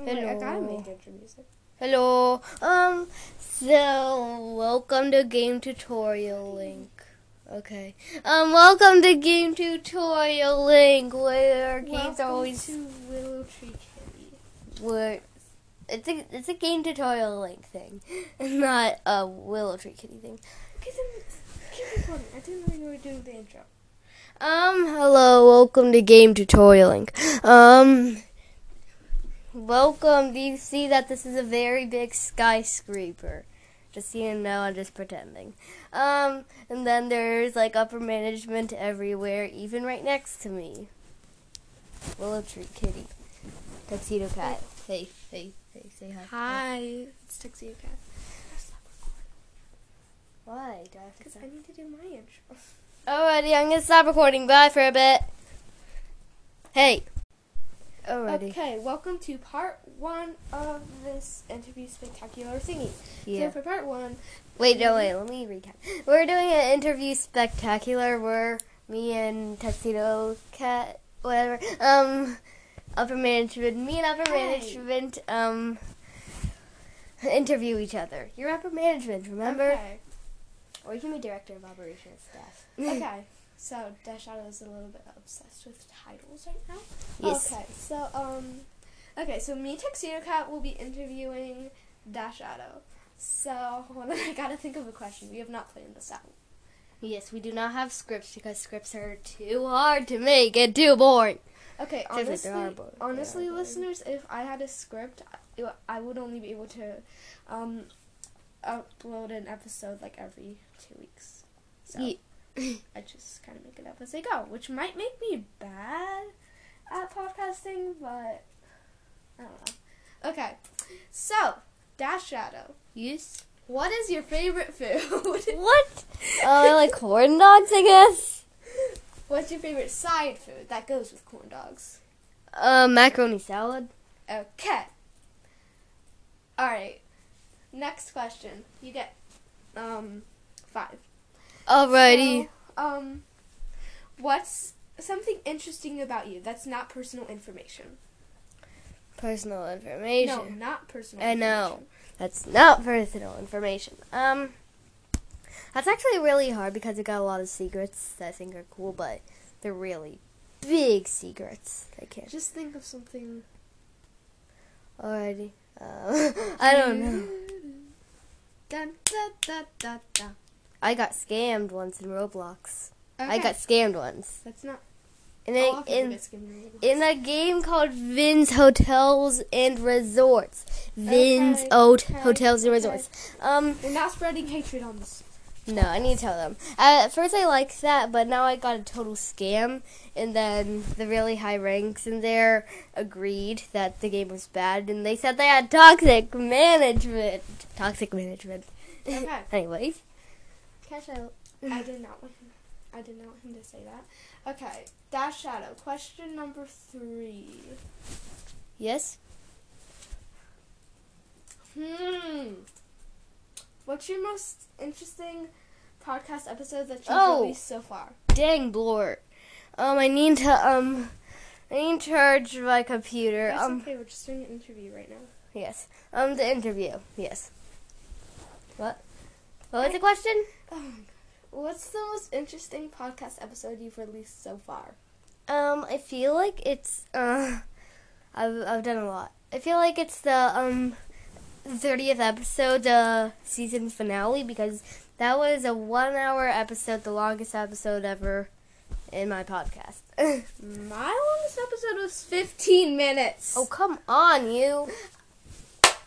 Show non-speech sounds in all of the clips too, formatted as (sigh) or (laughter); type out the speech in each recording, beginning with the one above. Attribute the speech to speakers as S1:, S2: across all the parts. S1: I'm like, I gotta
S2: Hello.
S1: make intro music.
S2: Hello. Um. So, welcome to game tutorial link. Okay. Um. Welcome to game tutorial link, where games are always
S1: to Willow Tree Kitty.
S2: where it's a it's a game tutorial link thing, (laughs) not a Willow Tree Kitty thing.
S1: Because I'm keep recording. I didn't know you were doing the intro.
S2: Um. Hello. Welcome to game tutorial link. Um. Welcome. Do you see that this is a very big skyscraper? Just so you know, I'm just pretending. Um, and then there's like upper management everywhere, even right next to me. Willow Tree Kitty, Tuxedo Cat. Hey, hey, hey, say hi.
S1: Hi, it's Tuxedo Cat.
S2: Why? Do I have to
S1: Because
S2: stop?
S1: I need to do my intro.
S2: Alrighty, I'm gonna stop recording. Bye for a bit. Hey. Alrighty.
S1: Okay, welcome to part one of this interview spectacular thingy.
S2: Yeah.
S1: So for part one,
S2: Wait, no, wait. Let me recap. We're doing an interview spectacular where me and Tuxedo Cat, whatever, um, upper management, me and upper
S1: Hey.
S2: management, um, interview each other. You're upper management, remember?
S1: Okay.
S2: Or you can be director of operations (laughs) staff.
S1: okay. So Dash Shadow is a little bit obsessed with titles right now.
S2: Yes.
S1: Okay. So um, okay. So me, Tuxedo Cat, will be interviewing Dash Shadow. So (laughs) hold on, I gotta think of a question. We have not planned this out.
S2: Yes, we do not have scripts because scripts are too hard to make and too boring.
S1: Okay,
S2: Except that
S1: honestly,
S2: there are bo- there
S1: honestly,
S2: are boring.
S1: listeners, if I had a script, I- it- I would only be able to um, upload an episode like every two weeks. So
S2: Ye-
S1: I just kind of make it up as I go, which might make me bad at podcasting, but I don't know. Okay, so Dash Shadow,
S2: Yes.
S1: what is your favorite food? (laughs)
S2: What? Oh, I like corn dogs, I guess.
S1: What's your favorite side food that goes with corn dogs?
S2: Uh, macaroni salad.
S1: Okay. All right. Next question. You get um five.
S2: Alrighty.
S1: So, um, what's something interesting about you that's not personal information?
S2: Personal
S1: No,
S2: information.
S1: not personal.
S2: I know. That's not personal information. Um, that's actually really hard because it got a lot of secrets that I think are cool, but they're really big secrets. I
S1: information.
S2: can't.
S1: Just think of something.
S2: Alrighty. Uh, (laughs) I don't know.
S1: (laughs) Dun, da, da, da, da.
S2: I got scammed once in Roblox. I
S1: Okay,
S2: got scammed once.
S1: That's not.
S2: And
S1: I'll
S2: then
S1: often
S2: in
S1: forget skimming over
S2: in a game called Vin's Hotels and Resorts. Vin's
S1: Okay,
S2: Oat
S1: okay,
S2: Hotels and
S1: okay.
S2: Resorts. Um,
S1: We're not spreading hatred on this.
S2: no, I need to tell them. At first, I liked that, but now I got a total scam, and then the really high ranks in there agreed that the game was bad, and they said they had toxic management. Toxic management.
S1: Okay.
S2: Anyways,
S1: Cash out. I did not want him. I did not want him to say that. Okay, Dash Shadow. Question number three.
S2: yes,
S1: Hmm. What's your most interesting podcast episode that you've
S2: Oh.
S1: released so far?
S2: dang blort. Um, I need to um, I need to charge my computer.
S1: That's
S2: um.
S1: okay. We're just doing an interview right now.
S2: Yes. Um, the interview. Yes. What? What was the question?
S1: Oh my god. What's the most interesting podcast episode you've released so far?
S2: Um, I feel like it's uh, (laughs) I've I've done a lot. I feel like it's the um, thirtieth episode, the season finale, because that was a one-hour episode, the longest episode ever in my podcast. (laughs) Oh,
S1: My longest episode was 15 minutes.
S2: oh come on, you!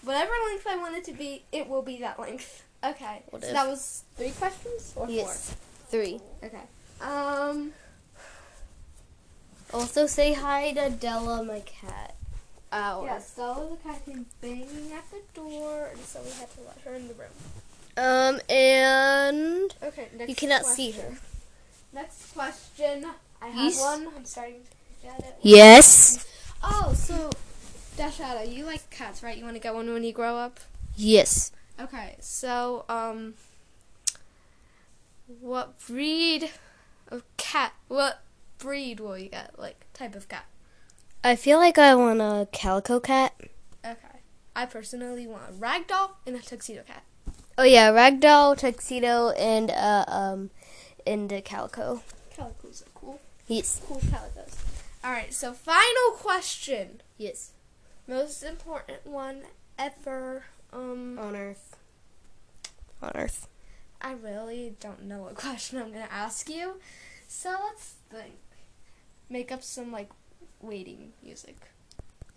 S1: Whatever length I want it to be, it will be that length. Okay.
S2: What
S1: so
S2: if-
S1: that was three questions or
S2: Yes, three.
S1: four? Okay. Um.
S2: Also, say hi to Della, my cat. Ours.
S1: Yeah, Stella the cat came banging at the door, and so we had to let her in the room.
S2: Um, and
S1: Okay, next
S2: you cannot see
S1: question.
S2: her.
S1: Next question. I have
S2: Yes.
S1: one. I'm starting to forget it.
S2: Yes.
S1: Oh, so, Dashada, you like cats, right? You want to get one when you grow up?
S2: Yes.
S1: Okay, so, um, what breed of cat, what breed will you get? Like, type of cat?
S2: I feel like I want a calico cat.
S1: I personally want a ragdoll and a tuxedo cat.
S2: Oh yeah, ragdoll, tuxedo, and uh, um, and a calico.
S1: Calico's are cool.
S2: Yes.
S1: Cool calicos. All right, so final question.
S2: Yes.
S1: Most important one ever. Um,
S2: On Earth. On Earth.
S1: I really don't know what (laughs) question I'm gonna ask you, so let's think. Make up some like waiting music.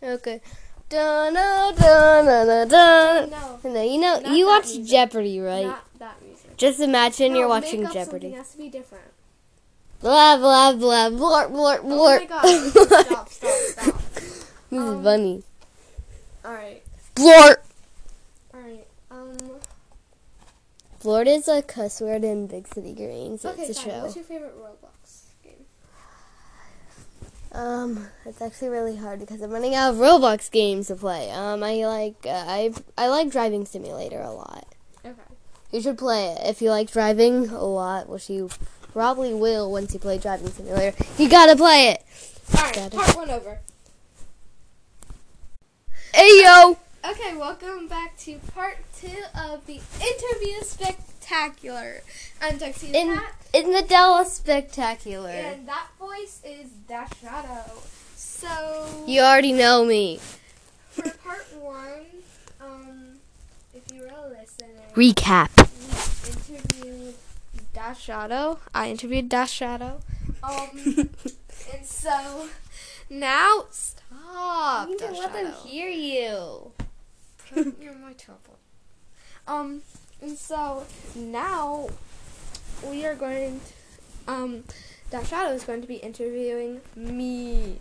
S2: Okay. Dun dun dun dun dun.
S1: No,
S2: No, you know
S1: Not
S2: you
S1: that
S2: watch
S1: music.
S2: Jeopardy, right?
S1: not that music.
S2: Just imagine
S1: No,
S2: you're
S1: make
S2: watching
S1: up Something
S2: Jeopardy.
S1: has to be different.
S2: Blah blah blah blort blort
S1: Oh my
S2: blort. (laughs)
S1: god! stop! Stop! Stop!
S2: this
S1: Um,
S2: is funny.
S1: All right,
S2: Blort.
S1: all right. Um.
S2: Blort is a cuss word in Big City Greens.
S1: okay,
S2: it's a
S1: fine.
S2: show.
S1: What's your favorite Roblox game?
S2: Um, it's actually really hard because I'm running out of Roblox games to play. Um, I like uh, I I like Driving Simulator a lot.
S1: Okay.
S2: You should play it if you like driving a lot, which you probably will once you play Driving Simulator. You gotta play it.
S1: All right.
S2: Got it.
S1: Part one over.
S2: Hey yo.
S1: Okay, welcome back to part two of the interview spectacular. I'm Tuxedo
S2: In-
S1: Cat,
S2: In the Dallas Spectacular.
S1: and that voice is Dash Shadow. So
S2: You already know me.
S1: for part one, um, if you were listening,
S2: Recap. (laughs)
S1: we interviewed Dash Shadow. I interviewed Dash Shadow. Um, and so now stop.
S2: You can
S1: Dash
S2: let them
S1: Shadow.
S2: hear you.
S1: (laughs) You're my trouble. Um, and so now we are going to, um, Dash Shadow is going to be interviewing me.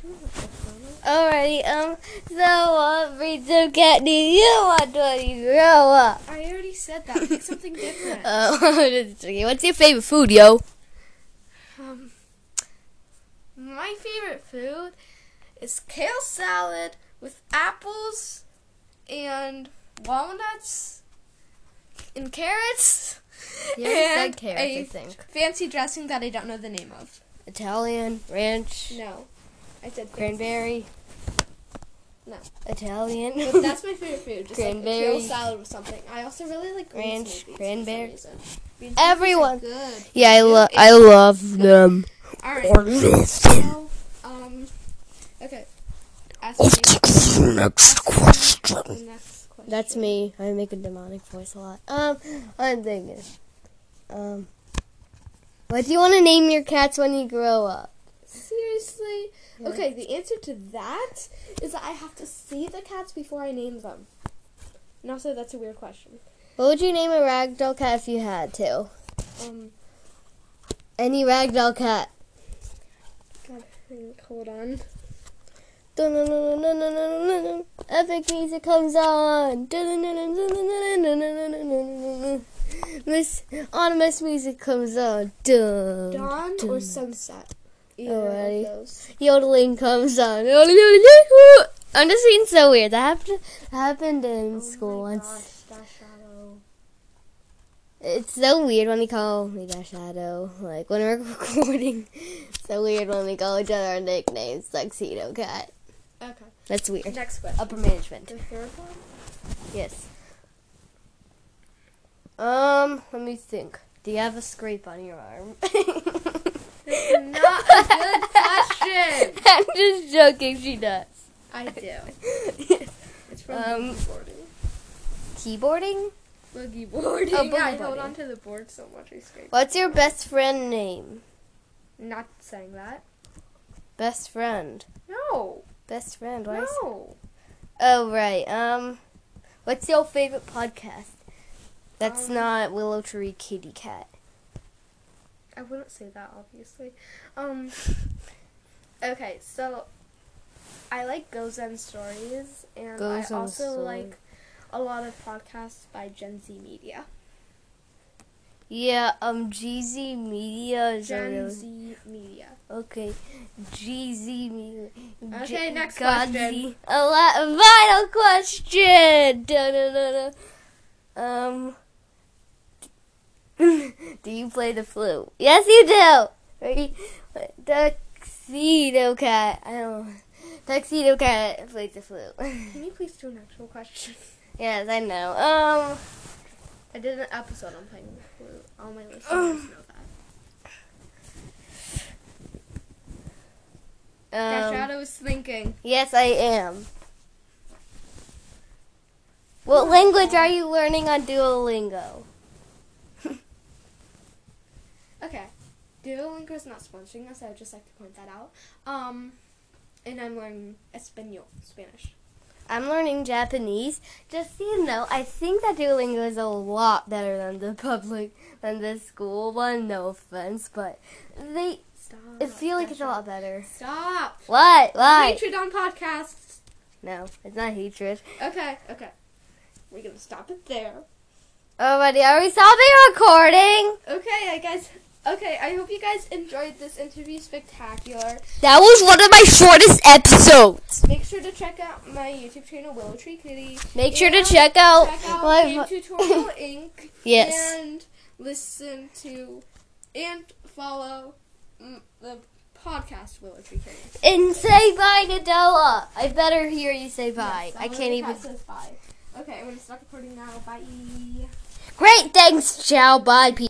S1: Do you have a diploma?
S2: Alrighty, um, so what breeds of cat do you want when you grow up?
S1: I already said that. Make something (laughs) different.
S2: (laughs) Oh, just joking. What's your favorite food, yo?
S1: Um, my favorite food is kale salad with apples and walnuts and carrots.
S2: You already said
S1: and
S2: carrots,
S1: a
S2: I think.
S1: Fancy dressing that I don't know the name of.
S2: Italian, ranch,
S1: No, I said fancy.
S2: cranberry.
S1: No.
S2: Italian.
S1: But
S2: (laughs)
S1: that's my favorite food. Just like a kale
S2: Cranberry.
S1: salad with something. I also really like bean
S2: Ranch,
S1: smoothies for some
S2: cranberry.
S1: reason. Bean smoothies are
S2: Everyone.
S1: Good.
S2: yeah, I love I love them.
S1: All right. So, um, okay. Ask me
S3: Next question.
S1: the next question.
S2: That's me. I make a demonic voice a lot. Um, I'm thinking. Um, what do you want to name your cats when you grow up?
S1: Seriously? Okay, the answer to that is that I have to see the cats before I name them. And also, that's a weird question.
S2: What would you name a ragdoll cat if you had to?
S1: Um,
S2: Any ragdoll cat.
S1: God, think- hold on.
S2: Dun-dun-dun-dun-dun-dun-dun-dun. Epic music comes on. Dun-dun-dun-dun-dun-dun-dun-dun-dun-dun-dun. This ominous music comes on. Dun.
S1: Dawn or sunset? Either
S2: Alrighty.
S1: of those.
S2: Yodeling comes on. I'm just being so weird. That happened, happened in school
S1: oh my
S2: once.
S1: Gosh, Dash Shadow.
S2: It's so weird when they call me Dash Shadow. Like when we're recording, it's so weird when we call each other our nicknames. Tuxedo Cat.
S1: Okay.
S2: That's weird.
S1: Next question.
S2: Upper management.
S1: The third one?
S2: Yes. Um, let me think. Do you have a scrape on your arm? (laughs)
S1: Not a good question.
S2: (laughs) I'm just joking, she does.
S1: I do. It's from
S2: Um,
S1: boarding.
S2: Keyboarding?
S1: Boogie boarding.
S2: Oh, boogie
S1: I hold
S2: boarding.
S1: on to the board so much. I scrape.
S2: What's your best friend name?
S1: Not saying that.
S2: Best friend.
S1: No.
S2: Best friend. Why is-
S1: No.
S2: Oh, right. Um, what's your favorite podcast? That's
S1: Um,
S2: not Willow Tree Kitty Cat.
S1: I wouldn't say that obviously. Um (laughs) Okay, so I like Gozen stories and
S2: Goes
S1: I
S2: on
S1: also
S2: Story.
S1: like a lot of podcasts by Gen Z Media.
S2: Yeah, um, GZ Media is a
S1: Gen
S2: really-
S1: Z Media.
S2: Okay, GZ Media.
S1: Okay, next question.
S2: A lot, a vital question. (laughs) Da, da, da, da. Um, (laughs) do you play the flute? Yes, you do. Right? Tuxedo cat. I don't. Tuxedo Cat plays the flute. (laughs)
S1: Can you please do an actual question?
S2: yes, I know. Um,
S1: (laughs) I did an episode on playing the flute. All my listeners know that. Dash
S2: um
S1: Shadow is thinking.
S2: yes, I am. What language are you learning on Duolingo?
S1: Okay. Duolingo is not sponsoring us. I would just like to point that out. Um, and I'm learning Espanol, Spanish.
S2: I'm learning Japanese. Just so you know, I think that Duolingo is a lot better than the public, than the school one. No offense, but they
S1: Stop.
S2: I feel like it's a
S1: Dasha.
S2: lot better.
S1: Stop.
S2: What? Why?
S1: Hatred on podcasts.
S2: No, it's not hatred.
S1: Okay. Okay. We're gonna stop it there.
S2: Alrighty, Oh, are we stopping recording?
S1: Okay, I guys. Okay, I hope you guys enjoyed this interview spectacular.
S2: That was one of my shortest episodes.
S1: Make sure to check out my YouTube channel, Willow Tree Kitty.
S2: Make sure to
S1: And
S2: check out
S1: Check out
S2: my
S1: Game
S2: vo- (laughs)
S1: Tutorial Inc.
S2: Yes.
S1: And listen to and follow mm, the podcast Willow Tree Kitty.
S2: and say bye to Doa. I better hear you say bye.
S1: Yes,
S2: I
S1: that
S2: can't
S1: was-
S2: even.
S1: that says Bye. Okay, I'm gonna stop recording now. Bye.
S2: Great, thanks. Ciao. Bye. People.